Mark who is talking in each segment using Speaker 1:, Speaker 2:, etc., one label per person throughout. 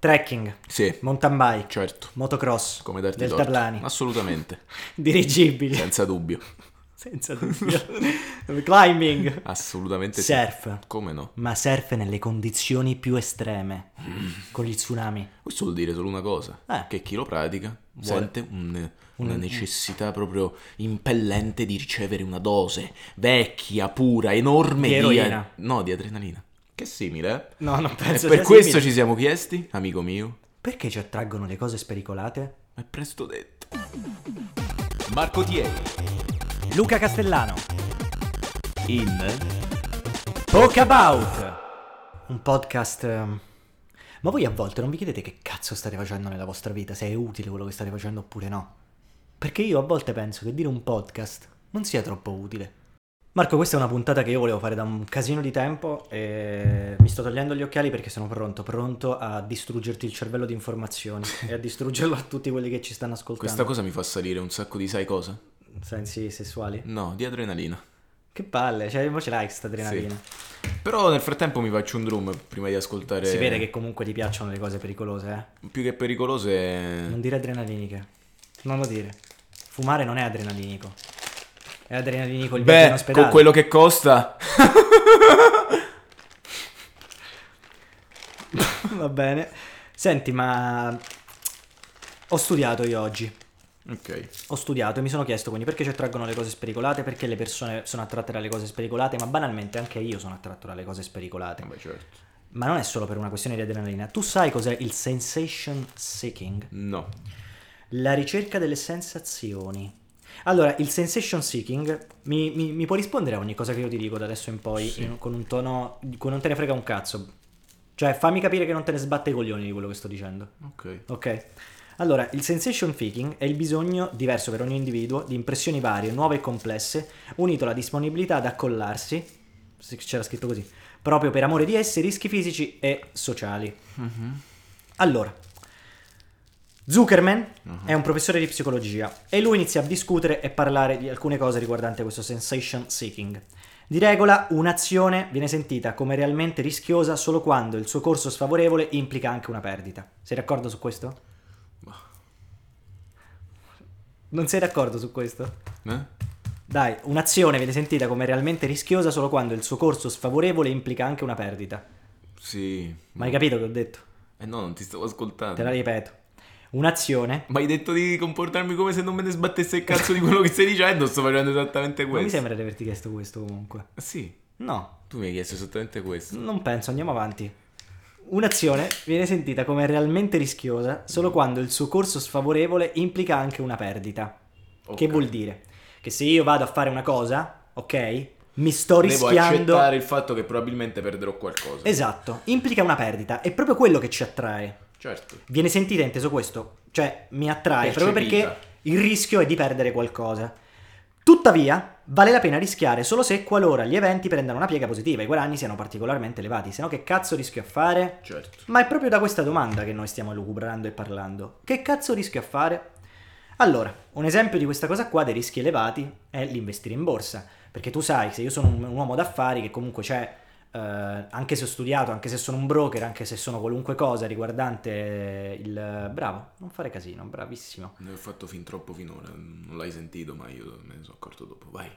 Speaker 1: Trekking,
Speaker 2: Sì,
Speaker 1: mountain bike,
Speaker 2: certo.
Speaker 1: motocross,
Speaker 2: Come darti
Speaker 1: del
Speaker 2: torto.
Speaker 1: Tarlani,
Speaker 2: Assolutamente,
Speaker 1: dirigibili,
Speaker 2: senza dubbio.
Speaker 1: senza dubbio, climbing,
Speaker 2: Assolutamente Ah, sì.
Speaker 1: surf,
Speaker 2: Come no?
Speaker 1: ma surf nelle condizioni più estreme, con gli tsunami.
Speaker 2: Questo vuol dire solo una cosa,
Speaker 1: Eh.
Speaker 2: che chi lo pratica
Speaker 1: Vuole.
Speaker 2: sente un- una
Speaker 1: Un-
Speaker 2: necessità proprio impellente di ricevere una dose vecchia, pura, enorme
Speaker 1: Di eroina.
Speaker 2: no, di adrenalina. Che è simile, eh?
Speaker 1: No, non
Speaker 2: E
Speaker 1: penso
Speaker 2: per
Speaker 1: sia
Speaker 2: questo
Speaker 1: simile.
Speaker 2: ci siamo chiesti, amico mio,
Speaker 1: Perché ci attraggono le cose spericolate?
Speaker 2: è presto detto.
Speaker 3: Marco Tieri
Speaker 1: Luca Castellano,
Speaker 3: in
Speaker 1: Talk About, un podcast... ehm, Ma voi a volte non vi chiedete che cazzo state facendo nella vostra vita, se è utile quello che state facendo oppure no? Perché io a volte penso che dire un podcast non sia troppo utile. Marco, questa è una puntata che io volevo fare da un casino di tempo e mi sto togliendo gli occhiali perché sono pronto, pronto a distruggerti il cervello di informazioni e a distruggerlo a tutti quelli che ci stanno ascoltando.
Speaker 2: Questa cosa mi fa salire un sacco di sai cosa?
Speaker 1: Sensi sessuali.
Speaker 2: No, di adrenalina.
Speaker 1: Che palle, cioè mo ce l'hai questa adrenalina.
Speaker 2: Però nel frattempo mi faccio un drum prima di ascoltare...
Speaker 1: Si vede che comunque ti piacciono le cose pericolose, eh.
Speaker 2: Più che
Speaker 1: Non
Speaker 2: pericolose...
Speaker 1: dire adrenaliniche. Non lo dire. Fumare non è adrenalinico. È adrenalinico il viaggio in
Speaker 2: Beh,
Speaker 1: ospedale.
Speaker 2: con quello che costa...
Speaker 1: Va bene. Senti, ma ho studiato io oggi.
Speaker 2: Ok. eh,
Speaker 1: Ho studiato e mi sono chiesto quindi perché ci attraggono le cose spericolate, perché le persone sono attratte dalle cose spericolate, ma banalmente anche io sono attratto dalle cose spericolate.
Speaker 2: Vabbè, certo.
Speaker 1: Ma non è solo per una questione di adrenalina. Tu sai cos'è il sensation seeking?
Speaker 2: No.
Speaker 1: La ricerca delle sensazioni. Allora, il sensation seeking mi, mi- mi può rispondere a ogni cosa che io ti dico da adesso in poi
Speaker 2: Sì.
Speaker 1: in- con un tono. con non te ne frega un cazzo. Cioè, fammi capire che non te ne sbatte i coglioni di quello che sto dicendo.
Speaker 2: Ok.
Speaker 1: Ok? Allora, il sensation seeking è il bisogno, diverso per ogni individuo, di impressioni varie, nuove e complesse, unito alla disponibilità ad accollarsi, se c'era scritto così, proprio per amore di essi, rischi fisici e sociali. Allora, Zuckerman è un professore di psicologia e lui inizia a discutere e parlare di alcune cose riguardanti questo sensation seeking. Di regola, un'azione viene sentita come realmente rischiosa solo quando il suo corso sfavorevole implica anche una perdita. Sei d'accordo su questo? Non sei d'accordo su questo?
Speaker 2: Eh?
Speaker 1: Dai, un'azione viene sentita come realmente rischiosa solo quando il suo corso sfavorevole implica anche una perdita.
Speaker 2: Sì.
Speaker 1: Ma hai capito che ho detto?
Speaker 2: Eh no, non ti stavo
Speaker 1: Te la
Speaker 2: ascoltando.
Speaker 1: ripeto. Un'azione
Speaker 2: Ma hai detto di comportarmi come se non me ne sbattesse il cazzo di quello che stai dicendo, sto facendo esattamente
Speaker 1: Non mi
Speaker 2: questo.
Speaker 1: sembra di averti chiesto questo comunque.
Speaker 2: Sì,
Speaker 1: No,
Speaker 2: tu mi hai chiesto esattamente questo.
Speaker 1: non penso, andiamo avanti. Un'azione viene sentita come realmente rischiosa solo quando il suo corso sfavorevole implica anche una perdita. Che
Speaker 2: Ok.
Speaker 1: vuol dire? Che se io vado a fare una cosa, ok, mi sto
Speaker 2: Devo
Speaker 1: rischiando...
Speaker 2: accettare il fatto che probabilmente perderò qualcosa.
Speaker 1: Esatto, implica una perdita, è proprio quello che ci attrae.
Speaker 2: certo.
Speaker 1: Viene sentita inteso questo, cioè mi attrae proprio
Speaker 2: Percepita.
Speaker 1: perché il rischio è di perdere qualcosa. Tuttavia, vale la pena rischiare solo se e qualora gli eventi prendano una piega positiva e i guadagni siano particolarmente elevati, se no che cazzo rischio a fare?
Speaker 2: Certo.
Speaker 1: Ma è proprio da questa domanda che noi stiamo lucubrando e parlando. Che cazzo rischio a fare? Allora, un esempio di questa cosa qua dei rischi elevati è l'investire in borsa, perché tu sai, se io sono un, un uomo d'affari che comunque c'è, eh, anche se ho studiato, anche se sono un broker, anche se sono qualunque cosa riguardante il... Bravo, non fare casino, bravissimo.
Speaker 2: Ne ho fatto fin troppo finora, non l'hai sentito, ma io me ne sono accorto dopo. Vai.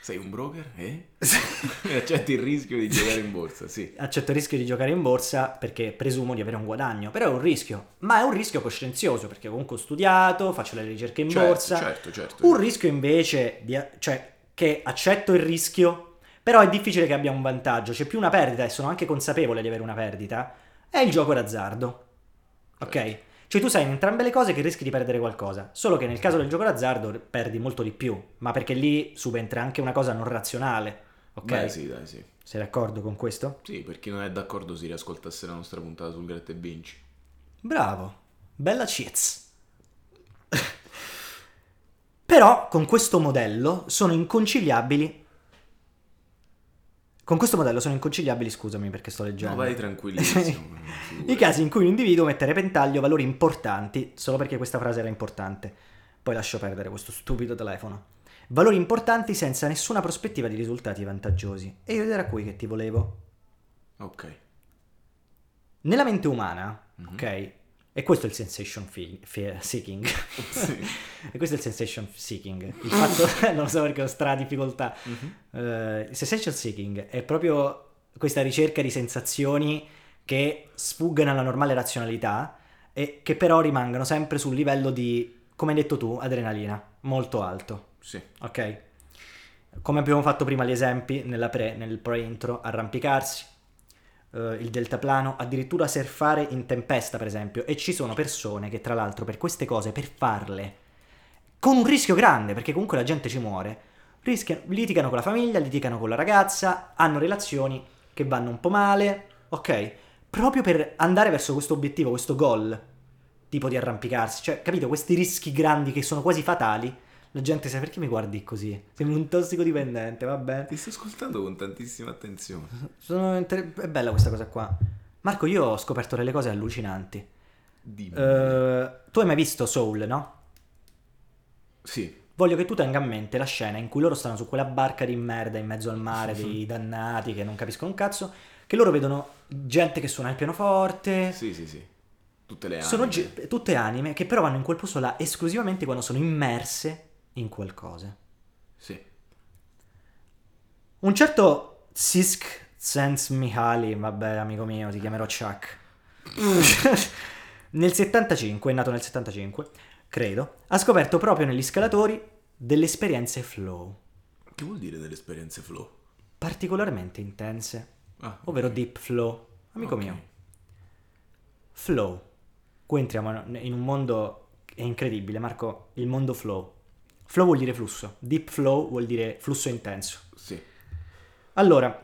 Speaker 2: Sei un broker? Eh? Accetti il rischio di giocare in borsa, sì.
Speaker 1: accetto il rischio di giocare in borsa perché presumo di avere un guadagno, però è un rischio, ma è un rischio coscienzioso perché comunque ho studiato, faccio le ricerche in
Speaker 2: Certo,
Speaker 1: borsa.
Speaker 2: certo, certo.
Speaker 1: Un rischio invece di- cioè che accetto il rischio, però è difficile che abbia un vantaggio, c'è più una perdita e sono anche consapevole di avere una perdita, è il gioco d'azzardo. Ok?
Speaker 2: Certo.
Speaker 1: Cioè tu sai in entrambe le cose che rischi di perdere qualcosa, solo che nel caso del gioco d'azzardo perdi molto di più, ma perché lì subentra anche una cosa non razionale. Ok?
Speaker 2: Beh, sì, dai, sì.
Speaker 1: Sei d'accordo con questo?
Speaker 2: Sì, per chi non è d'accordo si riascoltasse la nostra puntata sul Gratta e Vinci.
Speaker 1: Bravo, bella Cheats. Però con questo modello sono inconciliabili. Con questo modello sono inconciliabili, scusami perché sto leggendo.
Speaker 2: No, vai tranquillissimo.
Speaker 1: I casi in cui un individuo mette a repentaglio valori importanti, solo perché questa frase era importante. Poi lascio perdere questo stupido telefono. Valori importanti senza nessuna prospettiva di risultati vantaggiosi. E io ed era qui che ti volevo.
Speaker 2: Ok.
Speaker 1: Nella mente umana, ok? E questo è il sensation fi- fi- seeking. e questo è il sensation seeking. Il fatto, non lo so perché ho stra difficoltà. Eh, il sensation seeking è proprio questa ricerca di sensazioni che sfuggano alla normale razionalità e che però rimangono sempre sul livello di, come hai detto tu, adrenalina, molto alto.
Speaker 2: Sì.
Speaker 1: Ok. Come abbiamo fatto prima gli esempi nella pre, nel pre-intro, arrampicarsi, eh, il deltaplano, addirittura surfare in tempesta, per esempio. E ci sono persone che, tra l'altro, per queste cose, per farle, con un rischio grande, perché comunque la gente ci muore, rischiano- litigano con la famiglia, litigano con la ragazza, hanno relazioni che vanno un po' male, ok? Proprio per andare verso questo obiettivo, questo goal, tipo di arrampicarsi, cioè, capito, questi rischi grandi che sono quasi fatali, la gente sa perché mi guardi così? Sembri un tossicodipendente, va bene.
Speaker 4: Ti sto ascoltando con tantissima attenzione.
Speaker 1: Sono inter- È bella questa cosa qua. Marco, io ho scoperto delle cose allucinanti.
Speaker 2: Mm.
Speaker 4: Dimmi.
Speaker 1: Eh, tu hai mai visto Soul, no?
Speaker 2: Sì.
Speaker 1: Voglio che tu tenga a mente la scena in cui loro stanno su quella barca di merda in mezzo al mare, dei dannati che non capiscono un cazzo, che loro vedono gente che suona il pianoforte.
Speaker 2: Sì, sì, sì. Tutte le anime.
Speaker 1: Sono ge- tutte anime che però vanno in quel posto là esclusivamente quando sono immerse in qualcosa.
Speaker 2: Sì.
Speaker 1: Un certo Sisk Sense Mihaly, vabbè amico mio, ti chiamerò Chuck. nel 75, è nato nel 75, credo, ha scoperto proprio negli scalatori delle esperienze flow,
Speaker 2: Che vuol dire delle esperienze flow?
Speaker 1: particolarmente intense,
Speaker 2: Ah,
Speaker 1: ovvero deep flow, amico
Speaker 2: Ok.
Speaker 1: mio. Flow. Qui entriamo in un mondo è incredibile, Marco, il mondo flow. Flow vuol dire flusso, deep flow vuol dire flusso intenso.
Speaker 2: Sì.
Speaker 1: Allora,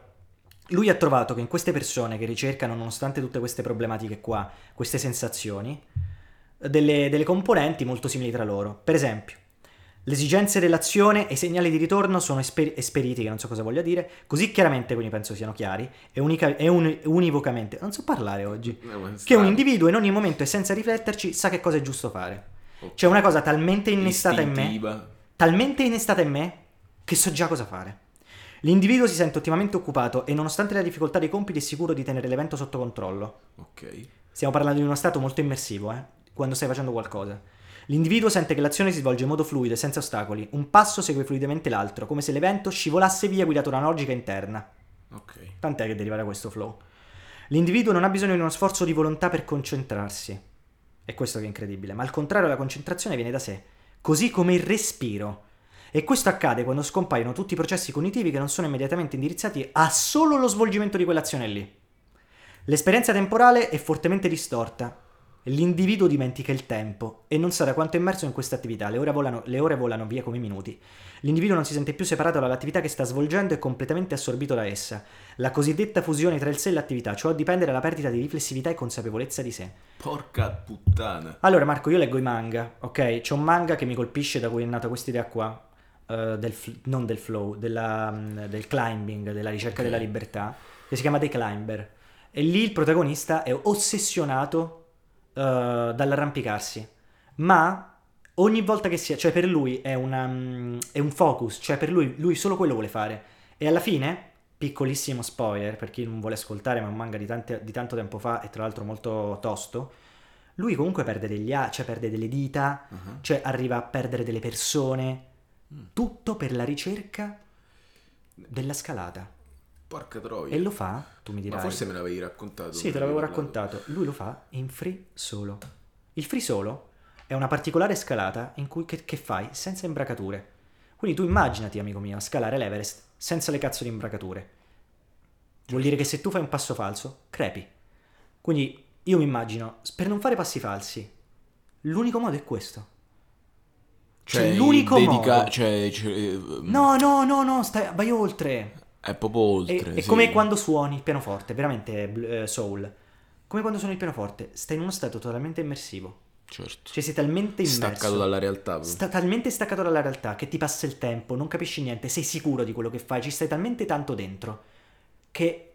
Speaker 1: lui ha trovato che in queste persone che ricercano, nonostante tutte queste problematiche qua, queste sensazioni, delle, delle componenti molto simili tra loro. Per esempio, le esigenze dell'azione e i segnali di ritorno sono esper- esperiti, che non so cosa voglia dire, così chiaramente, quindi penso siano chiari, e, unica- e un- univocamente. Non so parlare oggi.
Speaker 2: No, ma è
Speaker 1: Che un
Speaker 2: strano.
Speaker 1: individuo in ogni momento e senza rifletterci sa che cosa è giusto fare.
Speaker 2: Ok.
Speaker 1: C'è una cosa talmente innestata in me
Speaker 2: Istintiva.
Speaker 1: talmente innestata in me che so già cosa fare. L'individuo si sente ottimamente occupato e nonostante la difficoltà dei compiti è sicuro di tenere l'evento sotto controllo.
Speaker 2: Ok.
Speaker 1: Stiamo parlando di uno stato molto immersivo, eh, quando stai facendo qualcosa. L'individuo sente che l'azione si svolge in modo fluido e senza ostacoli. Un passo segue fluidamente l'altro, come se l'evento scivolasse via guidato da una logica interna.
Speaker 2: Ok.
Speaker 1: Tant'è che deriva da questo flow. L'individuo non ha bisogno di uno sforzo di volontà per concentrarsi. È questo che è incredibile, ma al contrario la concentrazione viene da sé, così come il respiro. E questo accade quando scompaiono tutti i processi cognitivi che non sono immediatamente indirizzati a solo lo svolgimento di quell'azione lì. L'esperienza temporale è fortemente distorta. L'individuo dimentica il tempo e non sa da quanto è immerso in questa attività. Le ore volano- le ore volano via come i minuti. L'individuo non si sente più separato dall'attività che sta svolgendo e completamente assorbito da essa. La cosiddetta fusione tra il sé e l'attività, ciò dipende dalla perdita di riflessività e consapevolezza di sé.
Speaker 4: Porca puttana.
Speaker 1: Allora, Marco, io leggo i manga, ok? C'è un manga che mi colpisce da cui è nata questa idea qua. eh, del fl- non del flow, della, mm, del climbing, della ricerca della libertà, che si chiama The Climber. E lì il protagonista è ossessionato eh, dall'arrampicarsi, ma ogni volta che sia, cioè per lui è, una, mm, è un focus, cioè per lui, lui solo quello vuole fare. E alla fine, piccolissimo spoiler per chi non vuole ascoltare, ma è un manga di, tante- di tanto tempo fa e tra l'altro molto tosto, lui comunque perde degli a- cioè perde delle dita,
Speaker 2: Ah.
Speaker 1: cioè arriva a perdere delle persone,
Speaker 2: Mm.
Speaker 1: tutto per la ricerca della scalata.
Speaker 2: Porca troia.
Speaker 1: E lo fa, tu mi dirai.
Speaker 2: Ma forse me l'avevi raccontato.
Speaker 1: Sì, te l'avevo raccontato. Lui lo fa in free solo. Il free solo è una particolare scalata in cui che, che fai senza imbracature. Quindi tu immaginati, amico mio, a scalare l'Everest senza le cazzo di imbracature. Vuol dire che se tu fai un passo falso, crepi. Quindi io mi immagino, s- per non fare passi falsi, l'unico modo è questo. Cioè, l'unico
Speaker 2: dedica-
Speaker 1: modo.
Speaker 2: Cioè, cioè, ehm,
Speaker 1: No, no, no, no, stai- vai oltre.
Speaker 2: È proprio
Speaker 1: È,
Speaker 2: oltre.
Speaker 1: è
Speaker 2: sì.
Speaker 1: come quando suoni il pianoforte, veramente bl- eh, soul. Come quando suoni il pianoforte, stai in uno stato totalmente immersivo.
Speaker 2: Certo.
Speaker 1: Cioè sei talmente immerso.
Speaker 2: Staccato dalla realtà.
Speaker 1: sta- talmente staccato dalla realtà che ti passa il tempo, non capisci niente, sei sicuro di quello che fai, ci stai talmente tanto dentro che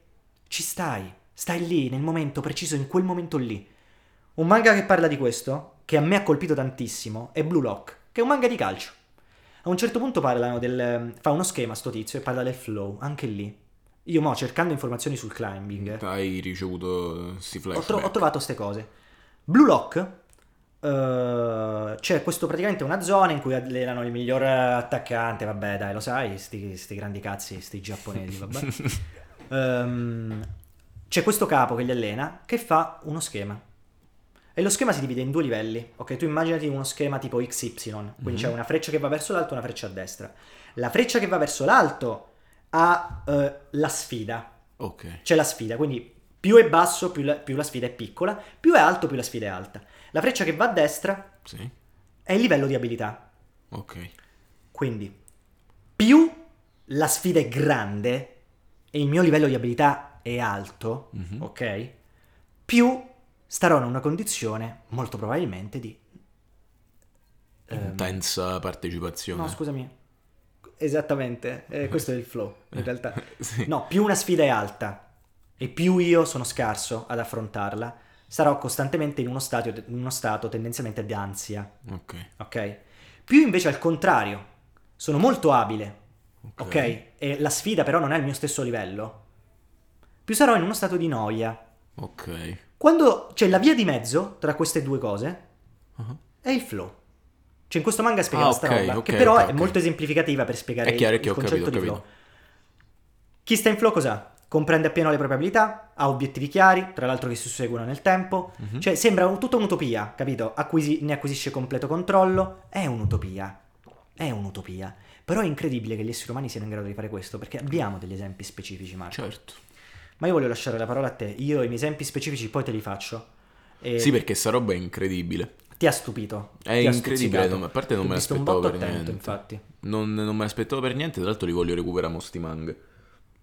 Speaker 1: ci stai, stai lì nel momento preciso, in quel momento lì. Un manga che parla di questo, che a me ha colpito tantissimo, è Blue Lock, che è un manga di calcio. A un certo punto parlano del... fa uno schema sto tizio e parla del flow, anche lì. Io mo cercando informazioni sul climbing, eh,
Speaker 2: Hai ricevuto eh, sti
Speaker 1: ho,
Speaker 2: flashback.
Speaker 1: tro- ho trovato queste cose. Blue Lock, eh, c'è questo praticamente una zona in cui allenano il miglior attaccante, vabbè dai lo sai, sti, sti grandi cazzi, sti giapponesi, vabbè. Ehm, c'è questo capo che li allena che fa uno schema. E lo schema si divide in due livelli. Ok, tu immaginati uno schema tipo XY, quindi c'è una freccia che va verso l'alto e una freccia a destra. La freccia che va verso l'alto ha eh, la sfida.
Speaker 2: Ok.
Speaker 1: C'è la sfida, quindi più è basso più la, più la sfida è piccola, più è alto più la sfida è alta. La freccia che va a destra
Speaker 2: Sì.
Speaker 1: è il livello di abilità.
Speaker 2: Ok.
Speaker 1: Quindi più la sfida è grande e il mio livello di abilità è alto,
Speaker 2: Mhm.
Speaker 1: ok? Più starò in una condizione molto probabilmente di... ehm,
Speaker 2: Intensa partecipazione.
Speaker 1: no, scusami. Esattamente, eh, questo è il flow in realtà.
Speaker 2: Sì.
Speaker 1: No, più una sfida è alta e più io sono scarso ad affrontarla, sarò costantemente in uno, stato, in uno stato tendenzialmente d'ansia,
Speaker 2: Ok.
Speaker 1: ok? Più invece al contrario, sono molto abile,
Speaker 2: Ok.
Speaker 1: ok? E la sfida però non è al mio stesso livello, più sarò in uno stato di noia.
Speaker 2: Ok.
Speaker 1: Quando c'è la via di mezzo tra queste due cose,
Speaker 2: Ah.
Speaker 1: è il flow. Cioè in questo manga spiegava
Speaker 2: Ah,
Speaker 1: sta
Speaker 2: ok,
Speaker 1: roba,
Speaker 2: ok,
Speaker 1: che però
Speaker 2: ok,
Speaker 1: è
Speaker 2: ok.
Speaker 1: molto esemplificativa per spiegare
Speaker 2: È chiaro,
Speaker 1: il,
Speaker 2: è chiaro,
Speaker 1: il
Speaker 2: ho capito,
Speaker 1: concetto di
Speaker 2: ho
Speaker 1: flow. Chi sta in flow cos'ha? Comprende appieno le proprie abilità, ha obiettivi chiari, tra l'altro che si susseguono nel tempo,
Speaker 2: Mhm.
Speaker 1: cioè sembra un- tutta un'utopia, capito? Acquisi- ne acquisisce completo controllo, è un'utopia, è un'utopia. Però è incredibile che gli esseri umani siano in grado di fare questo, perché abbiamo degli esempi specifici, Marco.
Speaker 2: Certo.
Speaker 1: Ma io voglio lasciare la parola a te, io i miei esempi specifici poi te li faccio. E
Speaker 2: Sì, perché sta roba è incredibile.
Speaker 1: Ti ha stupito.
Speaker 2: È
Speaker 1: ti ha
Speaker 2: incredibile,
Speaker 1: stuzzicato.
Speaker 2: non- a parte non
Speaker 1: Ti ho
Speaker 2: me
Speaker 1: visto un
Speaker 2: l'aspettavo
Speaker 1: botto
Speaker 2: per
Speaker 1: attento,
Speaker 2: niente.
Speaker 1: infatti.
Speaker 2: Non, non me l'aspettavo per niente, tra l'altro li voglio recuperare mo sti manga.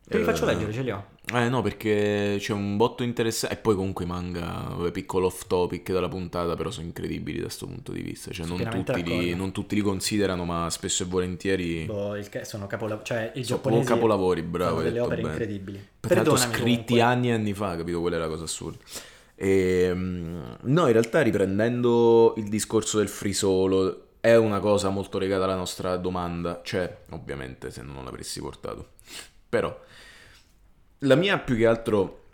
Speaker 1: Te li faccio
Speaker 2: Eh,
Speaker 1: leggere, ce li ho.
Speaker 2: Eh no, perché c'è un botto interessante. E poi comunque i manga, vabbè, piccolo off topic dalla puntata, però sono incredibili da sto punto di vista. Cioè,
Speaker 1: Sono
Speaker 2: non
Speaker 1: pienamente
Speaker 2: tutti, li,
Speaker 1: d'accordo.
Speaker 2: non tutti li considerano, ma spesso e volentieri
Speaker 1: Boh, il ca- sono capolavori, cioè i
Speaker 2: sono
Speaker 1: giapponesi
Speaker 2: proprio capolavori, bravo.
Speaker 1: fanno
Speaker 2: hai
Speaker 1: delle
Speaker 2: detto
Speaker 1: opere
Speaker 2: bene.
Speaker 1: incredibili.
Speaker 2: Tra l'altro
Speaker 1: Perdonami
Speaker 2: scritti
Speaker 1: comunque.
Speaker 2: anni e anni fa, capito? Quella è la cosa assurda. E, mm, no, in realtà riprendendo il discorso del free solo, è una cosa molto legata alla nostra domanda, cioè, ovviamente se non l'avessi portato. Però, la mia più che altro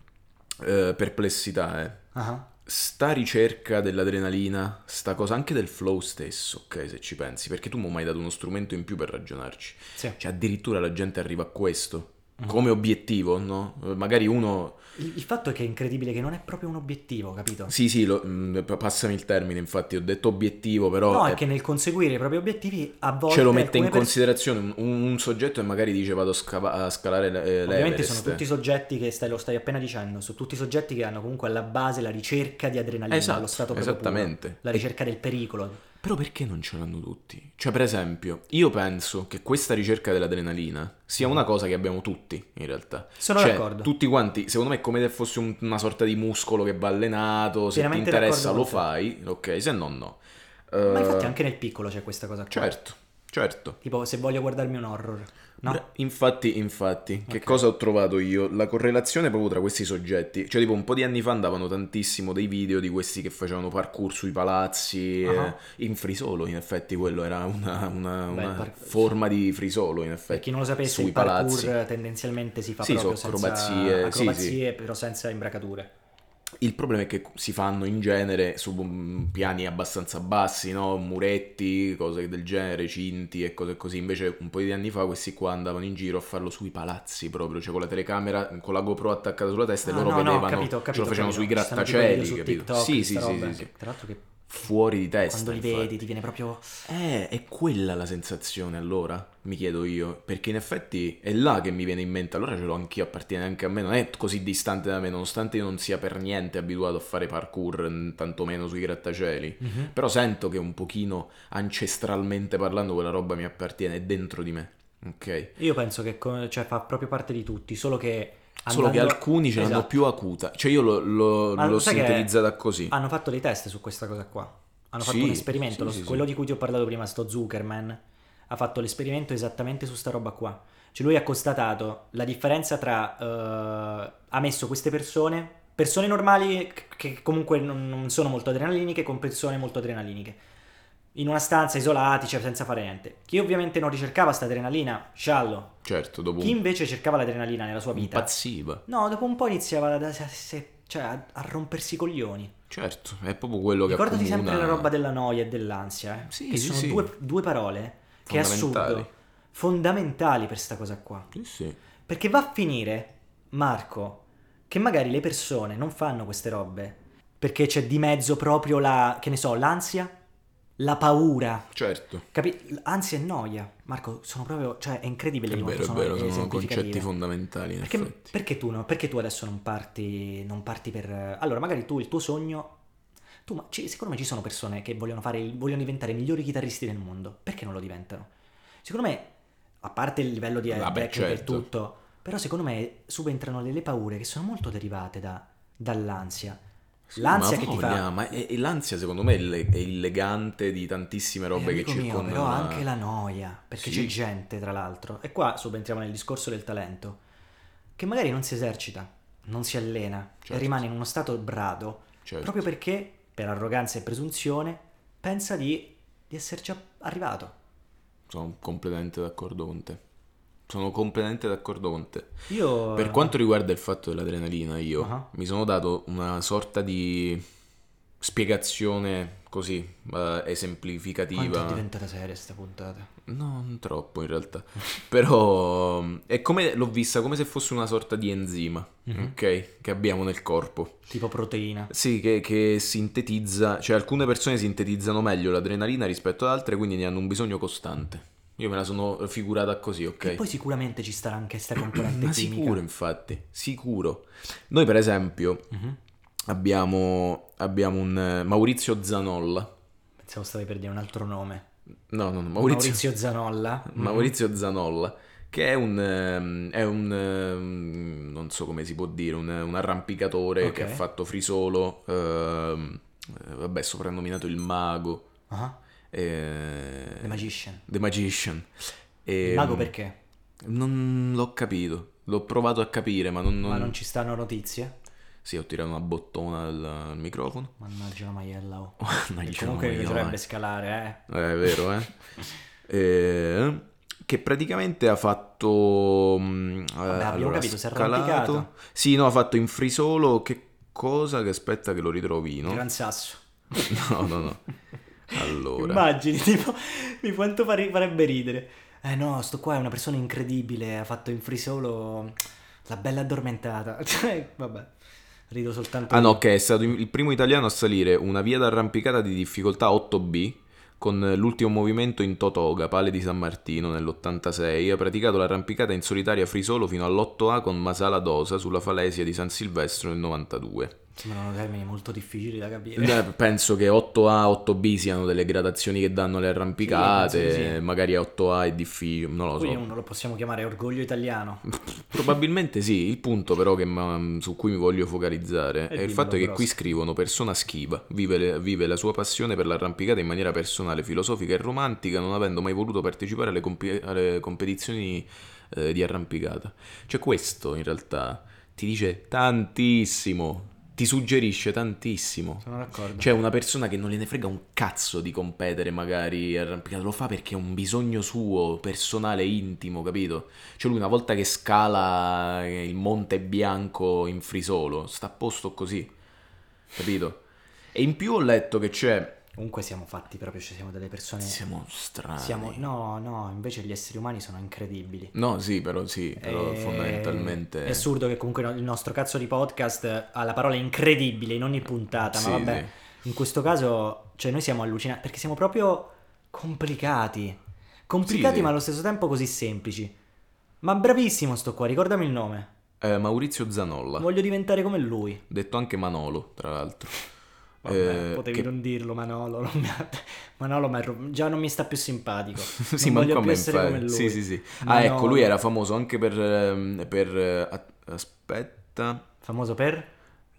Speaker 2: eh, perplessità è
Speaker 1: Ah,
Speaker 2: sta ricerca dell'adrenalina, sta cosa anche del flow stesso, ok, se ci pensi, perché tu mi hai mai dato uno strumento in più per ragionarci.
Speaker 1: sì.
Speaker 2: Cioè, addirittura la gente arriva a questo come obiettivo, no? Eh, Magari uno.
Speaker 1: Il, il fatto è che è incredibile che non è proprio un obiettivo, capito?
Speaker 2: Sì, sì, lo- mm, p- passami il termine, infatti, ho detto obiettivo, però.
Speaker 1: no, è
Speaker 2: eh,
Speaker 1: che nel conseguire i propri obiettivi a volte
Speaker 2: Ce lo mette in
Speaker 1: alcune persone-
Speaker 2: considerazione un, un- un soggetto e magari dice vado a, scava- a scalare le- eh,
Speaker 1: Ovviamente
Speaker 2: l'Everest.
Speaker 1: sono tutti soggetti che stai, lo stai appena dicendo, sono tutti soggetti che hanno comunque alla base la ricerca di adrenalina,
Speaker 2: Esatto,
Speaker 1: lo stato proprio puro,
Speaker 2: esattamente.
Speaker 1: la
Speaker 2: E-
Speaker 1: ricerca del pericolo.
Speaker 2: Però perché non ce l'hanno tutti? Cioè, per esempio, io penso che questa ricerca dell'adrenalina sia una cosa che abbiamo tutti, in realtà.
Speaker 1: Sono
Speaker 2: cioè,
Speaker 1: d'accordo.
Speaker 2: tutti quanti, secondo me è come se fosse un- una sorta di muscolo che va allenato, se ti
Speaker 1: Pienamente d'accordo
Speaker 2: interessa lo
Speaker 1: con te.
Speaker 2: fai, ok, se no no.
Speaker 1: Ma infatti
Speaker 2: Eh,
Speaker 1: anche nel piccolo c'è questa cosa qua.
Speaker 2: Certo, certo.
Speaker 1: Tipo se voglio guardarmi un horror, no?
Speaker 2: Bra- Infatti, infatti, che
Speaker 1: Ok.
Speaker 2: cosa ho trovato io? La correlazione proprio tra questi soggetti. Cioè, tipo, un po' di anni fa andavano tantissimo dei video di questi che facevano parkour sui palazzi,
Speaker 1: Ah.
Speaker 2: eh, in frisolo, in effetti, quello era una, una-
Speaker 1: Beh,
Speaker 2: una
Speaker 1: par-
Speaker 2: forma di frisolo, in
Speaker 1: Per
Speaker 2: effetti.
Speaker 1: chi non lo sapesse,
Speaker 2: sui
Speaker 1: il parkour
Speaker 2: palazzi.
Speaker 1: tendenzialmente si fa
Speaker 2: Sì,
Speaker 1: proprio
Speaker 2: sono
Speaker 1: senza
Speaker 2: acrobazie, sì,
Speaker 1: acrobazie, però senza imbracature.
Speaker 2: Il problema è che si fanno in genere su mm, piani abbastanza bassi, no? Muretti, cose del genere, cinti e cose così. Invece un po' di anni fa questi qua andavano in giro a farlo sui palazzi proprio, cioè con la telecamera, con la GoPro attaccata sulla testa
Speaker 1: Ah,
Speaker 2: e loro
Speaker 1: no, no,
Speaker 2: vedevano,
Speaker 1: ho capito, ho
Speaker 2: ce lo
Speaker 1: capito,
Speaker 2: facevano
Speaker 1: ho
Speaker 2: sui
Speaker 1: capito. Ci stanno tipo i video
Speaker 2: grattacieli,
Speaker 1: su
Speaker 2: capito?
Speaker 1: TikTok,
Speaker 2: sì, sì,
Speaker 1: sta
Speaker 2: sì,
Speaker 1: roba,
Speaker 2: sì,
Speaker 1: che
Speaker 2: sì.
Speaker 1: Tra l'altro che
Speaker 2: Fuori di testa.
Speaker 1: quando li
Speaker 2: infatti.
Speaker 1: vedi ti viene proprio...
Speaker 2: Eh, è quella la sensazione allora, mi chiedo io, perché in effetti è là che mi viene in mente, allora ce l'ho anch'io, appartiene anche a me, non è così distante da me, nonostante io non sia per niente abituato a fare parkour, n- tantomeno sui grattacieli, però sento che un pochino ancestralmente parlando quella roba mi appartiene, è dentro di me, ok?
Speaker 1: Io penso che co- cioè, fa proprio parte di tutti, solo che...
Speaker 2: Solo che
Speaker 1: andando-
Speaker 2: alcuni ce l'hanno
Speaker 1: Esatto.
Speaker 2: più acuta, cioè io lo- lo-
Speaker 1: Ma
Speaker 2: l'ho
Speaker 1: sai che
Speaker 2: sintetizzata così.
Speaker 1: Hanno fatto dei test su questa cosa qua. Hanno fatto
Speaker 2: Sì,
Speaker 1: un esperimento,
Speaker 2: sì,
Speaker 1: lo-
Speaker 2: sì, sì.
Speaker 1: quello di cui ti ho parlato prima, sto Zuckerman, ha fatto l'esperimento esattamente su sta roba qua. Cioè lui ha constatato la differenza tra... eh, ha messo queste persone, persone normali che- che comunque non, non sono molto adrenaliniche, con persone molto adrenaliniche. in una stanza isolati, cioè senza fare niente. Chi ovviamente non ricercava sta adrenalina, sciallo.
Speaker 2: Certo, dopo
Speaker 1: Chi
Speaker 2: un
Speaker 1: invece cercava l'adrenalina nella sua vita,
Speaker 2: impazziva.
Speaker 1: no, dopo un po' iniziava ad- se- se- cioè, a, a rompersi i coglioni.
Speaker 2: Certo, è proprio quello che
Speaker 1: Ricordati
Speaker 2: accomuna-
Speaker 1: sempre la roba della noia e dell'ansia, eh,
Speaker 2: Sì,
Speaker 1: che
Speaker 2: sì,
Speaker 1: sono
Speaker 2: sì.
Speaker 1: Due, due parole che è
Speaker 2: Fondamentali.
Speaker 1: assurdo, fondamentali per sta cosa qua.
Speaker 2: Sì, sì.
Speaker 1: Perché va a finire, Marco, che magari le persone non fanno queste robe perché c'è di mezzo proprio la, che ne so, l'ansia, la paura.
Speaker 2: Certo.
Speaker 1: Capi? Ansia e noia, Marco, sono proprio, cioè è incredibile
Speaker 2: È
Speaker 1: di quanto
Speaker 2: vero, è vero,
Speaker 1: sono
Speaker 2: sono
Speaker 1: esemplificative.
Speaker 2: concetti fondamentali in
Speaker 1: Perché,
Speaker 2: effetti.
Speaker 1: perché tu no? Perché tu adesso non parti, non parti per... Allora, magari tu il tuo sogno... Tu, ma ci- secondo me ci sono persone che vogliono, fare, il- vogliono diventare i migliori chitarristi del mondo. Perché non lo diventano? Secondo me, a parte il livello di
Speaker 2: Vabbè,
Speaker 1: tecnico e
Speaker 2: certo.
Speaker 1: tutto, però secondo me subentrano delle paure che sono molto derivate da- dall'ansia.
Speaker 2: Sì,
Speaker 1: l'ansia
Speaker 2: ma
Speaker 1: che ti
Speaker 2: voglia,
Speaker 1: fa...
Speaker 2: Ma è- è l'ansia secondo me è, il- è il legante di tantissime robe
Speaker 1: Eh,
Speaker 2: che
Speaker 1: amico mio,
Speaker 2: circondano.
Speaker 1: però
Speaker 2: la-
Speaker 1: anche la noia, perché
Speaker 2: Sì.
Speaker 1: c'è gente, tra l'altro, e qua subentriamo nel discorso del talento, che magari non si esercita, non si allena e
Speaker 2: Certo.
Speaker 1: rimane in uno stato brado,
Speaker 2: Certo.
Speaker 1: proprio perché, per arroganza e presunzione, pensa di, di esserci a- arrivato.
Speaker 2: Sono completamente d'accordo con te. Sono completamente d'accordo con te.
Speaker 1: Io...
Speaker 2: Per quanto riguarda il fatto dell'adrenalina, io
Speaker 1: Ah.
Speaker 2: mi sono dato una sorta di spiegazione così eh,
Speaker 1: Quanto è
Speaker 2: esemplificativa.
Speaker 1: diventata seria sta puntata?
Speaker 2: No, non troppo in realtà. Però mm, è come l'ho vista come se fosse una sorta di enzima,
Speaker 1: Mhm.
Speaker 2: ok? Che abbiamo nel corpo.
Speaker 1: Mm. Tipo proteina.
Speaker 2: Sì, che, che sintetizza, cioè alcune persone sintetizzano meglio l'adrenalina rispetto ad altre, quindi ne hanno un bisogno costante. Io me la sono figurata così,
Speaker 1: Che
Speaker 2: ok?
Speaker 1: poi sicuramente ci starà anche sta componente
Speaker 2: Ma
Speaker 1: chimica.
Speaker 2: sicuro, infatti, sicuro. Noi, per esempio,
Speaker 1: Mhm.
Speaker 2: abbiamo, abbiamo un eh, Maurizio Zanolla.
Speaker 1: Pensavo stavi per dire un altro nome.
Speaker 2: No, no, no, Maurizio,
Speaker 1: Maurizio, Zanolla. Mhm.
Speaker 2: Maurizio Zanolla, che è un, ehm, è un ehm, non so come si può dire, un, un arrampicatore
Speaker 1: Ok.
Speaker 2: che ha fatto free solo, ehm, eh, vabbè, soprannominato il mago.
Speaker 1: Ah,
Speaker 2: Eh,
Speaker 1: The Magician.
Speaker 2: The Magician. E,
Speaker 1: Mago
Speaker 2: mm,
Speaker 1: perché?
Speaker 2: Non l'ho capito. L'ho provato a capire, ma non. non-
Speaker 1: Ma non ci stanno notizie?
Speaker 2: Sì, ho tirato una bottona al, al microfono.
Speaker 1: Mannaggia la maiella. Oh.
Speaker 2: Mannaggia
Speaker 1: Che
Speaker 2: la
Speaker 1: comunque
Speaker 2: maiella,
Speaker 1: dovrebbe
Speaker 2: eh.
Speaker 1: scalare, eh.
Speaker 2: Eh, È vero, eh? Eh, che praticamente ha fatto. mm, eh,
Speaker 1: abbiamo
Speaker 2: allora,
Speaker 1: capito, si è
Speaker 2: scalato.
Speaker 1: arrampicato.
Speaker 2: Sì, no, ha fatto in free solo. Che cosa? Che aspetta che lo ritrovino.
Speaker 1: Gran sasso.
Speaker 2: No, no, no. Allora.
Speaker 1: Immagini, tipo, mi quanto fare- farebbe ridere. Eh no, sto qua è una persona incredibile, ha fatto in free solo la bella addormentata. Cioè, vabbè, rido soltanto.
Speaker 2: Ah no,
Speaker 1: io.
Speaker 2: ok, è stato il primo italiano a salire una via d'arrampicata di difficoltà 8B con l'ultimo movimento in Totoga, Pale di San Martino, nell'86. Ha praticato l'arrampicata in solitaria frisolo fino all'8A con Masala Dosa sulla falesia di San Silvestro nel 92.
Speaker 1: Sembrano termini molto difficili da capire.
Speaker 2: Eh, Penso che 8A, 8B siano delle gradazioni che danno le
Speaker 1: Sì,
Speaker 2: arrampicate,
Speaker 1: penso di sì.
Speaker 2: magari 8A è difficile, non lo so.
Speaker 1: Quindi uno lo possiamo chiamare orgoglio italiano.
Speaker 2: Probabilmente sì, il punto però che, ma- mm, su cui mi voglio focalizzare
Speaker 1: E
Speaker 2: è il
Speaker 1: dimmelo,
Speaker 2: fatto che
Speaker 1: Broschi.
Speaker 2: qui scrivono persona schiva, vive, le- vive la sua passione per l'arrampicata in maniera personale, filosofica e romantica, non avendo mai voluto partecipare alle, compi- alle competizioni eh, di arrampicata. Cioè questo in realtà ti dice tantissimo, ti suggerisce tantissimo.
Speaker 1: Sono d'accordo.
Speaker 2: Cioè una persona che non le ne frega un cazzo di competere magari arrampicata, lo fa perché è un bisogno suo, personale, intimo, capito? Cioè lui una volta che scala eh, il Monte Bianco in frisolo, sta a posto così, capito? E in più ho letto che c'è...
Speaker 1: Comunque siamo fatti proprio, ci siamo delle persone.
Speaker 2: Siamo strani.
Speaker 1: Eh. siamo- No, no, invece gli esseri umani sono incredibili.
Speaker 2: No, sì, però sì, però
Speaker 1: Eh,
Speaker 2: fondamentalmente...
Speaker 1: È assurdo che comunque no- il nostro cazzo di podcast ha la parola incredibile in ogni puntata,
Speaker 2: Sì,
Speaker 1: ma vabbè, in questo caso, cioè noi siamo allucinati perché siamo proprio complicati. Complicati,
Speaker 2: Sì, sì.
Speaker 1: ma allo stesso tempo così semplici. Ma bravissimo sto qua, ricordami il nome.
Speaker 2: Eh, Maurizio Zanolla,
Speaker 1: Voglio diventare come lui.
Speaker 2: detto anche Manolo, tra l'altro.
Speaker 1: Vabbè,
Speaker 2: Eh,
Speaker 1: potevi
Speaker 2: che-
Speaker 1: non dirlo, Manolo. non mi ha- Manolo ma è ro- già non mi sta più simpatico.
Speaker 2: sì,
Speaker 1: non voglio
Speaker 2: manco a
Speaker 1: più
Speaker 2: me,
Speaker 1: essere come lui.
Speaker 2: infatti. Sì, sì, sì.
Speaker 1: Ma
Speaker 2: ah,
Speaker 1: no.
Speaker 2: ecco, lui era famoso anche per... ehm, per, eh, a- aspetta...
Speaker 1: Famoso per?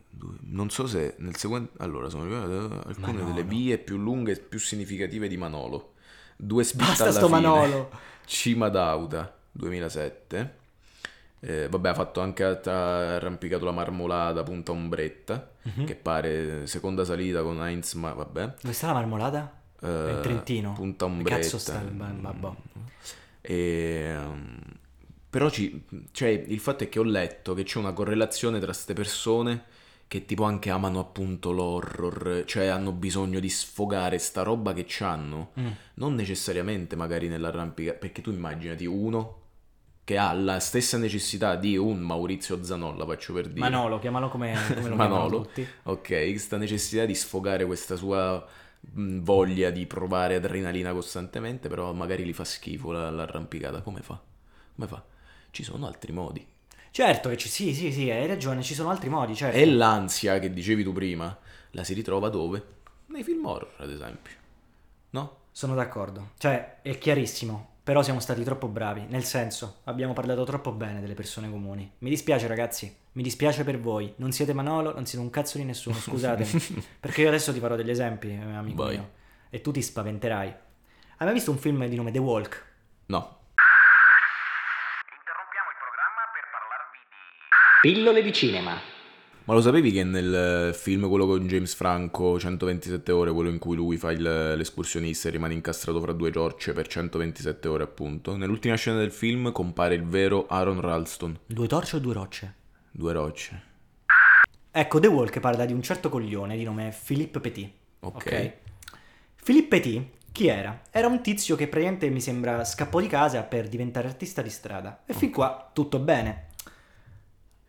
Speaker 2: Due- Non so se nel seguente... Allora, sono arrivate alcune
Speaker 1: Manolo.
Speaker 2: delle vie più lunghe e più significative di Manolo. Due sbitte
Speaker 1: Basta
Speaker 2: alla
Speaker 1: sto
Speaker 2: fine.
Speaker 1: Manolo.
Speaker 2: Cima d'Auda, 2007. Eh, vabbè, ha fatto anche ha arrampicato la marmolada
Speaker 1: Mhm.
Speaker 2: Punta Ombretta, che pare seconda salita con Heinz, ma vabbè.
Speaker 1: Dove sta la marmolada?
Speaker 2: eh,
Speaker 1: È Trentino.
Speaker 2: Punta
Speaker 1: Che
Speaker 2: Ombretta. Mm.
Speaker 1: cazzo sta il ba- babbo?
Speaker 2: E, um, però ci- cioè, il fatto è che ho letto che c'è una correlazione tra queste persone che tipo anche amano appunto l'horror, cioè hanno bisogno di sfogare sta roba che c'hanno,
Speaker 1: Mm.
Speaker 2: non necessariamente magari nell'arrampicata, perché tu immaginati uno che ha la stessa necessità di un Maurizio Zanolla, faccio per dire.
Speaker 1: Manolo, chiamalo come, come lo
Speaker 2: Manolo.
Speaker 1: chiamano tutti.
Speaker 2: Ok, questa necessità di sfogare questa sua mh, voglia di provare adrenalina costantemente, però magari gli fa schifo la- l'arrampicata. Come fa? Come fa? Ci sono altri modi.
Speaker 1: Certo, che ci- sì, sì, sì, hai ragione, ci sono altri modi, certo.
Speaker 2: E l'ansia che dicevi tu prima, la si ritrova dove? Nei film horror, ad esempio. No?
Speaker 1: Sono d'accordo, cioè è chiarissimo, però siamo stati troppo bravi, nel senso abbiamo parlato troppo bene delle persone comuni. Mi dispiace ragazzi, mi dispiace per voi, non siete Manolo, non siete un cazzo di nessuno, scusatemi, perché io adesso ti farò degli esempi, eh, amico
Speaker 2: Vai.
Speaker 1: mio, e tu ti spaventerai. Hai mai visto un film di nome The Walk?
Speaker 2: No.
Speaker 1: Pillole di cinema.
Speaker 2: Ma lo sapevi che nel eh, film quello con James Franco, 127 ore, quello in cui lui fa il- l'escursionista e rimane incastrato fra due torce per 127 ore appunto, nell'ultima scena del film compare il vero Aaron Ralston.
Speaker 1: Due torce o due rocce?
Speaker 2: Due rocce.
Speaker 1: Ecco, The Walk parla di un certo coglione di nome Philippe Petit.
Speaker 2: Ok.
Speaker 1: Philippe Petit chi era? Era un tizio che praticamente mi sembra scappò di casa per diventare artista di strada. E fin qua tutto bene.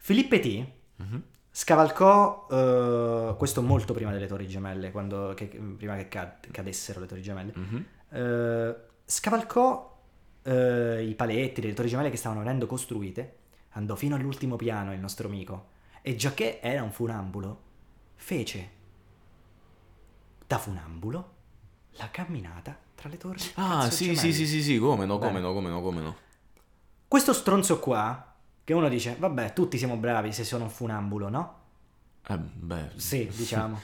Speaker 1: Philippe Petit
Speaker 2: Mhm.
Speaker 1: scavalcò eh, questo molto prima delle Torri Gemelle, quando- che- prima che cad- cadessero le Torri Gemelle.
Speaker 2: Mhm.
Speaker 1: Eh, scavalcò eh, i paletti delle torri gemelle che stavano venendo costruite, andò fino all'ultimo piano il nostro amico e giacché era un funambulo, fece da funambulo la camminata tra le torri.
Speaker 2: Ah,
Speaker 1: cazzo
Speaker 2: sì,
Speaker 1: gemelle.
Speaker 2: sì, sì, sì, sì, come no, come
Speaker 1: Bene.
Speaker 2: no, come no, come no.
Speaker 1: Questo stronzo qua, che uno dice, vabbè, tutti siamo bravi se sono un funambulo, no?
Speaker 2: Eh, beh.
Speaker 1: Sì, diciamo.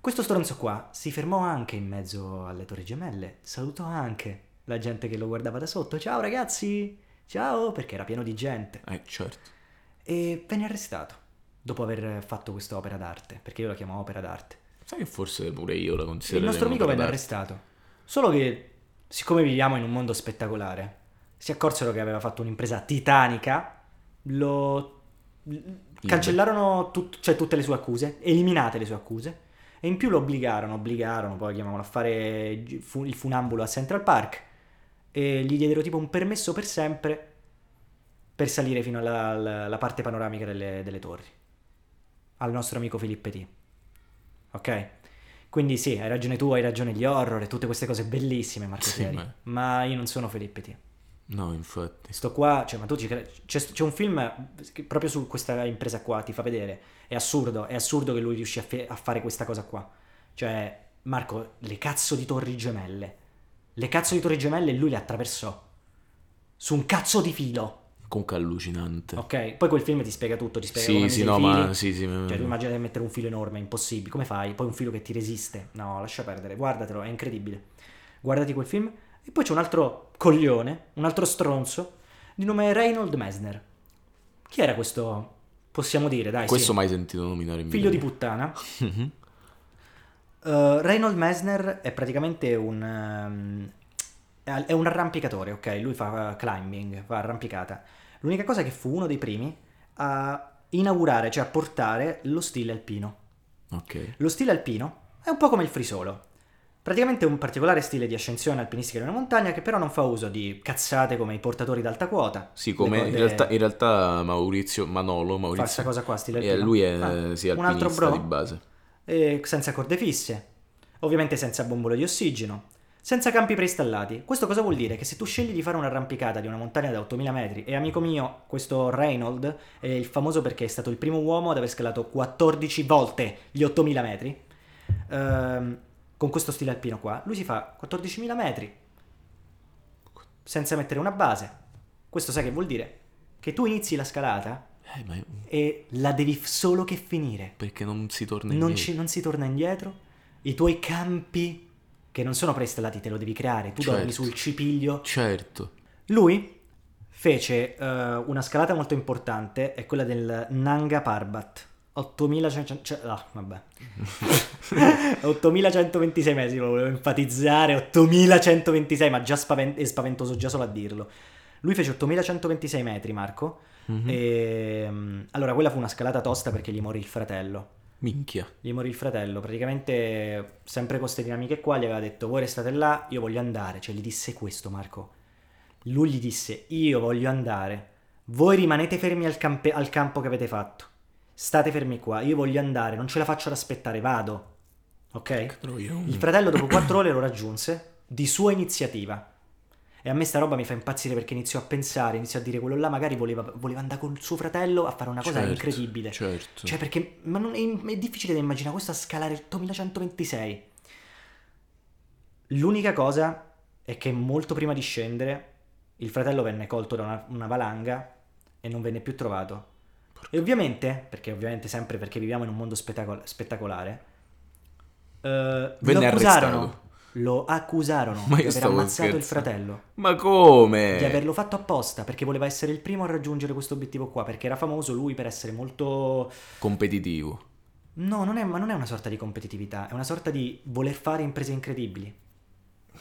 Speaker 1: Questo stronzo qua si fermò anche in mezzo alle torri gemelle, salutò anche la gente che lo guardava da sotto. Ciao ragazzi! Ciao! Perché era pieno di gente.
Speaker 2: Eh, certo.
Speaker 1: E venne arrestato dopo aver fatto quest'opera d'arte, perché io la chiamo opera d'arte.
Speaker 2: Sai che forse pure io la
Speaker 1: Il
Speaker 2: considero.
Speaker 1: nostro amico venne arrestato. Solo che, siccome viviamo in un mondo spettacolare, si accorsero che aveva fatto un'impresa titanica, lo cancellarono tut- cioè, tutte le sue accuse, eliminate le sue accuse, e in più lo obbligarono, obbligarono, poi chiamavano a fare gi- fu- il funambulo a Central Park, e gli diedero tipo un permesso per sempre per salire fino alla, alla- alla parte panoramica delle, delle torri, al nostro amico Filippetti. Ok? Quindi sì, hai ragione tu, hai ragione gli horror e tutte queste cose bellissime, Marco
Speaker 2: Sì,
Speaker 1: Sieri,
Speaker 2: ma-
Speaker 1: ma io non sono Filippetti.
Speaker 2: No, infatti.
Speaker 1: Sto qua, cioè, ma tu ci cre- c'è, c'è un film che proprio su questa impresa qua, ti fa vedere. È assurdo, è assurdo che lui riuscì a, fe- a fare questa cosa qua. Cioè, Marco, le cazzo di torri gemelle. Le cazzo di torri gemelle lui le attraversò. Su un cazzo di filo.
Speaker 2: Comunque allucinante.
Speaker 1: Ok? Poi quel film ti spiega tutto, ti spiega come
Speaker 2: Eh. Sì, sì,
Speaker 1: mise
Speaker 2: no,
Speaker 1: i
Speaker 2: ma
Speaker 1: fili.
Speaker 2: sì, sì. ma-
Speaker 1: Cioè, tu immagina di mettere un filo enorme, è impossibile. Come fai? Poi un filo che ti resiste. No, lascia perdere, guardatelo, è incredibile. Guardati quel film. E poi c'è un altro coglione, un altro stronzo, di nome Reynold Messner. Chi era questo? Possiamo dire, dai, eh,
Speaker 2: Questo
Speaker 1: sì.
Speaker 2: mai sentito nominare in
Speaker 1: Figlio di
Speaker 2: vita
Speaker 1: puttana.
Speaker 2: mia. Mhm.
Speaker 1: Uh, Reynold Messner è praticamente un... um, è un arrampicatore, ok? Lui fa climbing, fa arrampicata. L'unica cosa è che fu uno dei primi a inaugurare, cioè a portare lo stile alpino.
Speaker 2: Ok.
Speaker 1: Lo stile alpino è un po' come il frisolo. Praticamente un particolare stile di ascensione alpinistica in una montagna che però non fa uso di cazzate come i portatori d'alta quota.
Speaker 2: Sì, come
Speaker 1: Le
Speaker 2: in,
Speaker 1: corde-
Speaker 2: realtà, in realtà Maurizio Manolo,
Speaker 1: fa
Speaker 2: Maurizio,
Speaker 1: questa cosa qua, stile
Speaker 2: eh,
Speaker 1: alpino.
Speaker 2: lui è
Speaker 1: Ah,
Speaker 2: sì,
Speaker 1: un altro
Speaker 2: alpinista
Speaker 1: bro
Speaker 2: di base.
Speaker 1: eh, senza corde fisse, ovviamente senza bombole di ossigeno, senza campi preinstallati. Questo cosa vuol dire? Che se tu scegli di fare un'arrampicata di una montagna da 8000 metri, e amico mio, questo Reynold è il famoso perché è stato il primo uomo ad aver scalato 14 volte gli 8000 metri, ehm, con questo stile alpino qua, lui si fa 14.000 metri senza mettere una base. Questo sai che vuol dire? Che tu inizi la scalata
Speaker 2: Eh, ma
Speaker 1: e la devi f- solo che finire
Speaker 2: perché non si torna
Speaker 1: non,
Speaker 2: indietro?
Speaker 1: ci- non si torna indietro. I tuoi campi, che non sono preinstallati, te lo devi creare. Tu dormi
Speaker 2: Certo.
Speaker 1: sul cipiglio.
Speaker 2: Certo.
Speaker 1: Lui fece eh, una scalata molto importante, è quella del Nanga Parbat. 8100... cioè- ah, vabbè. 8126 mesi, lo volevo enfatizzare, 8126, ma già spaven- è spaventoso già solo a dirlo. Lui fece 8126 metri, Marco.
Speaker 2: Mhm.
Speaker 1: E, mm, allora, quella fu una scalata tosta perché gli morì il fratello.
Speaker 2: Minchia.
Speaker 1: Gli morì il fratello, praticamente sempre con queste dinamiche qua gli aveva detto voi restate là, io voglio andare, cioè gli disse questo Marco. Lui gli disse io voglio andare, voi rimanete fermi al, campe- al campo che avete fatto, state fermi qua, io voglio andare, non ce la faccio ad aspettare, vado. Ok? Il fratello dopo quattro ore lo raggiunse di sua iniziativa. E a me sta roba mi fa impazzire perché iniziò a pensare, iniziò a dire quello là magari voleva, voleva andare con suo fratello a fare una cosa
Speaker 2: Certo,
Speaker 1: incredibile.
Speaker 2: Certo.
Speaker 1: Cioè, perché ma non- è, è difficile da immaginare questo a scalare il 8126. L'unica cosa è che molto prima di scendere, il fratello venne colto da una, una valanga e non venne più trovato. E ovviamente, perché ovviamente sempre perché viviamo in un mondo spettacol- spettacolare, eh, lo
Speaker 2: Venne
Speaker 1: accusarono.
Speaker 2: arrestato.
Speaker 1: Lo accusarono
Speaker 2: Ma io
Speaker 1: di aver
Speaker 2: stavo
Speaker 1: ammazzato il
Speaker 2: scherzando. Eh.
Speaker 1: fratello
Speaker 2: Ma come?
Speaker 1: di averlo fatto apposta perché voleva essere il primo a raggiungere questo obiettivo qua perché era famoso lui per essere molto
Speaker 2: Competitivo.
Speaker 1: no non è, ma non è una sorta di competitività è una sorta di voler fare imprese incredibili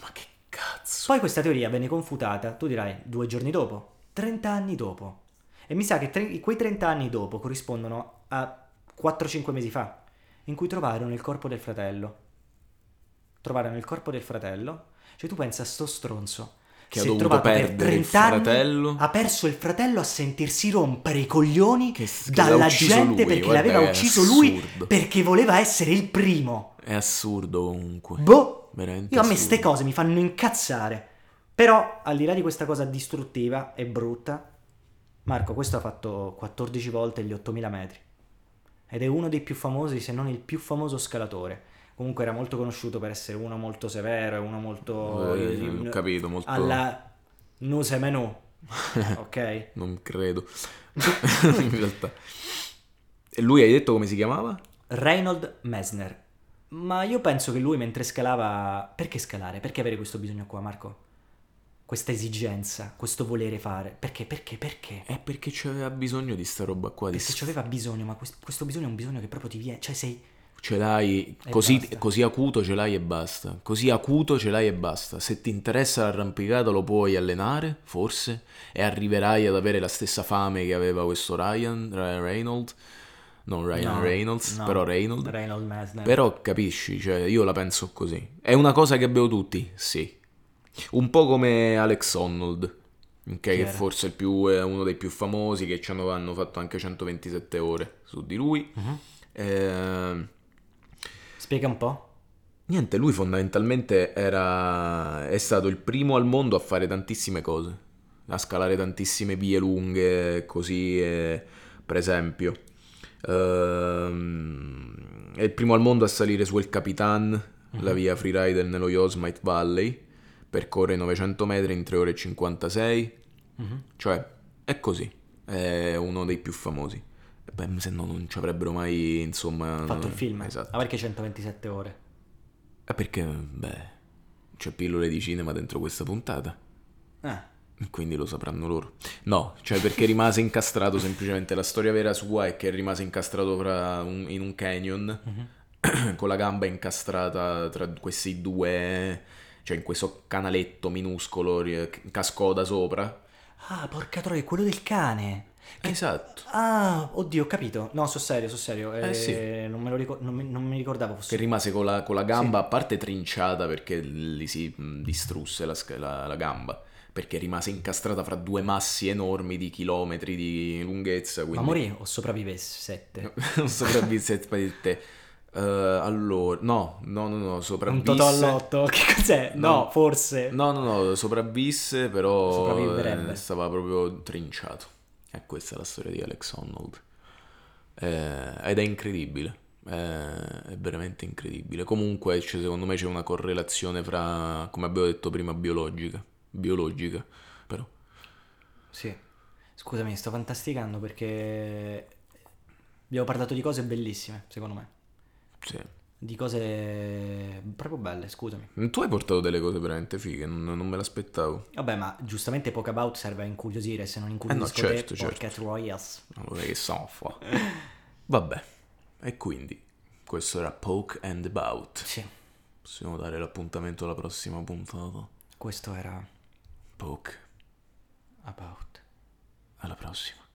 Speaker 2: Ma che cazzo?
Speaker 1: poi questa teoria venne confutata tu dirai due giorni dopo 30 anni dopo e mi sa che tre- quei 30 anni dopo corrispondono a 4-5 mesi fa in cui trovarono il corpo del fratello trovarono il corpo del fratello cioè tu pensa a sto stronzo
Speaker 2: Che
Speaker 1: si
Speaker 2: ha
Speaker 1: è
Speaker 2: dovuto
Speaker 1: trovato per
Speaker 2: perdere il
Speaker 1: 30 anni
Speaker 2: fratello.
Speaker 1: ha perso il fratello a sentirsi rompere i coglioni
Speaker 2: Che s- che l'ha
Speaker 1: dalla
Speaker 2: ucciso
Speaker 1: gente
Speaker 2: lui,
Speaker 1: perché
Speaker 2: guarda
Speaker 1: l'aveva
Speaker 2: che è
Speaker 1: ucciso lui
Speaker 2: assurdo.
Speaker 1: perché voleva essere il primo.
Speaker 2: È assurdo comunque.
Speaker 1: Boh,
Speaker 2: Veramente
Speaker 1: io a me
Speaker 2: assurdo.
Speaker 1: ste cose mi fanno incazzare. Però, al di là di questa cosa distruttiva e brutta, Marco, questo ha fatto 14 volte gli 8000 metri. Ed è uno dei più famosi, se non il più famoso scalatore. Comunque era molto conosciuto per essere uno molto severo e uno molto...
Speaker 2: Eh, non ho capito, molto-
Speaker 1: Alla... No se me no. ok?
Speaker 2: Non credo.
Speaker 1: Boh.
Speaker 2: In realtà. E lui hai detto come si chiamava?
Speaker 1: Reynold Messner. Ma io penso che lui mentre scalava... Perché scalare? Perché avere questo bisogno qua, Marco? Questa esigenza, questo volere fare. Perché? Perché? Perché?
Speaker 2: È perché c'aveva bisogno di sta roba qua. Di
Speaker 1: Perché ci aveva bisogno, ma quest- questo bisogno è un bisogno che proprio ti viene... Cioè sei...
Speaker 2: Ce l'hai
Speaker 1: E
Speaker 2: così,
Speaker 1: basta.
Speaker 2: così acuto, ce l'hai e basta. Così acuto, ce l'hai e basta. Se ti interessa l'arrampicata, lo puoi allenare, forse, e arriverai ad avere la stessa fame che aveva questo Ryan, Ryan Reynolds. Non Ryan
Speaker 1: No,
Speaker 2: Reynolds,
Speaker 1: no.
Speaker 2: però Reynolds.
Speaker 1: Reynold Messner.
Speaker 2: Però capisci, cioè, io la penso così. È una cosa che abbiamo tutti, sì. Un po' come Alex Honnold, ok, che
Speaker 1: era?
Speaker 2: forse è il più- è uno dei più famosi, che ci hanno, hanno fatto anche 127 ore su di lui.
Speaker 1: Mhm.
Speaker 2: Ehm,
Speaker 1: Spiega un po'.
Speaker 2: Niente, lui fondamentalmente era... è stato il primo al mondo a fare tantissime cose, a scalare tantissime vie lunghe, così, e- per esempio. Ehm, È il primo al mondo a salire su El Capitan,
Speaker 1: Mhm.
Speaker 2: la via freerider nello Yosemite Valley, percorre i 900 metri in 3 ore e 56,
Speaker 1: Mhm.
Speaker 2: cioè è così, è uno dei più famosi. E Beh, se no non ci avrebbero mai, insomma...
Speaker 1: Fatto il film.
Speaker 2: Esatto.
Speaker 1: Ah, perché 127 ore?
Speaker 2: Eh, perché, beh, c'è pillole di cinema dentro questa puntata,
Speaker 1: Ah,
Speaker 2: quindi lo sapranno loro. No, cioè perché rimase incastrato semplicemente, la storia vera sua è che rimase incastrato fra un- in un canyon, con la gamba incastrata tra questi due, cioè in questo canaletto minuscolo, ri- cascò da sopra.
Speaker 1: ah porca troia, quello del cane.
Speaker 2: Esatto.
Speaker 1: Ah, oddio, ho capito. No, so serio, so serio.
Speaker 2: Eh,
Speaker 1: Eh,
Speaker 2: sì.
Speaker 1: non, me lo ricor- non, mi, non mi ricordavo
Speaker 2: Che
Speaker 1: fosse...
Speaker 2: rimase con la, con la gamba, a parte trinciata perché gli si mh, distrusse la, sca- la- la gamba, perché rimase incastrata fra due massi enormi di chilometri di lunghezza. Quindi...
Speaker 1: Ma morì o sopravvivesse?
Speaker 2: non sopravvisse per te. Eh, allora, no, no, no, no,
Speaker 1: Un
Speaker 2: sopravvisse.
Speaker 1: totallotto? Che cos'è? No,
Speaker 2: No.
Speaker 1: forse.
Speaker 2: No, no, no, sopravvisse, però
Speaker 1: Sopravviverebbe.
Speaker 2: eh, stava proprio trinciato. E questa è la storia di Alex Honnold. Eh, ed è incredibile. Eh, è veramente incredibile. Comunque, c'è- secondo me c'è una correlazione fra, come abbiamo detto prima, biologica. Biologica, però.
Speaker 1: Sì. Scusami, sto fantasticando perché abbiamo parlato di cose bellissime, secondo me.
Speaker 2: Sì.
Speaker 1: Di cose proprio belle, scusami.
Speaker 2: Tu hai portato delle cose veramente fighe, non, non me l'aspettavo.
Speaker 1: Vabbè, ma giustamente Poke About serve a incuriosire, se non incuriosisco
Speaker 2: certo,
Speaker 1: te, porca
Speaker 2: certo.
Speaker 1: troia.
Speaker 2: Allora che fa Vabbè, e quindi Questo era Poke and About.
Speaker 1: Sì,
Speaker 2: Possiamo dare l'appuntamento alla prossima puntata.
Speaker 1: questo era
Speaker 2: Poke,
Speaker 1: About.
Speaker 2: alla prossima.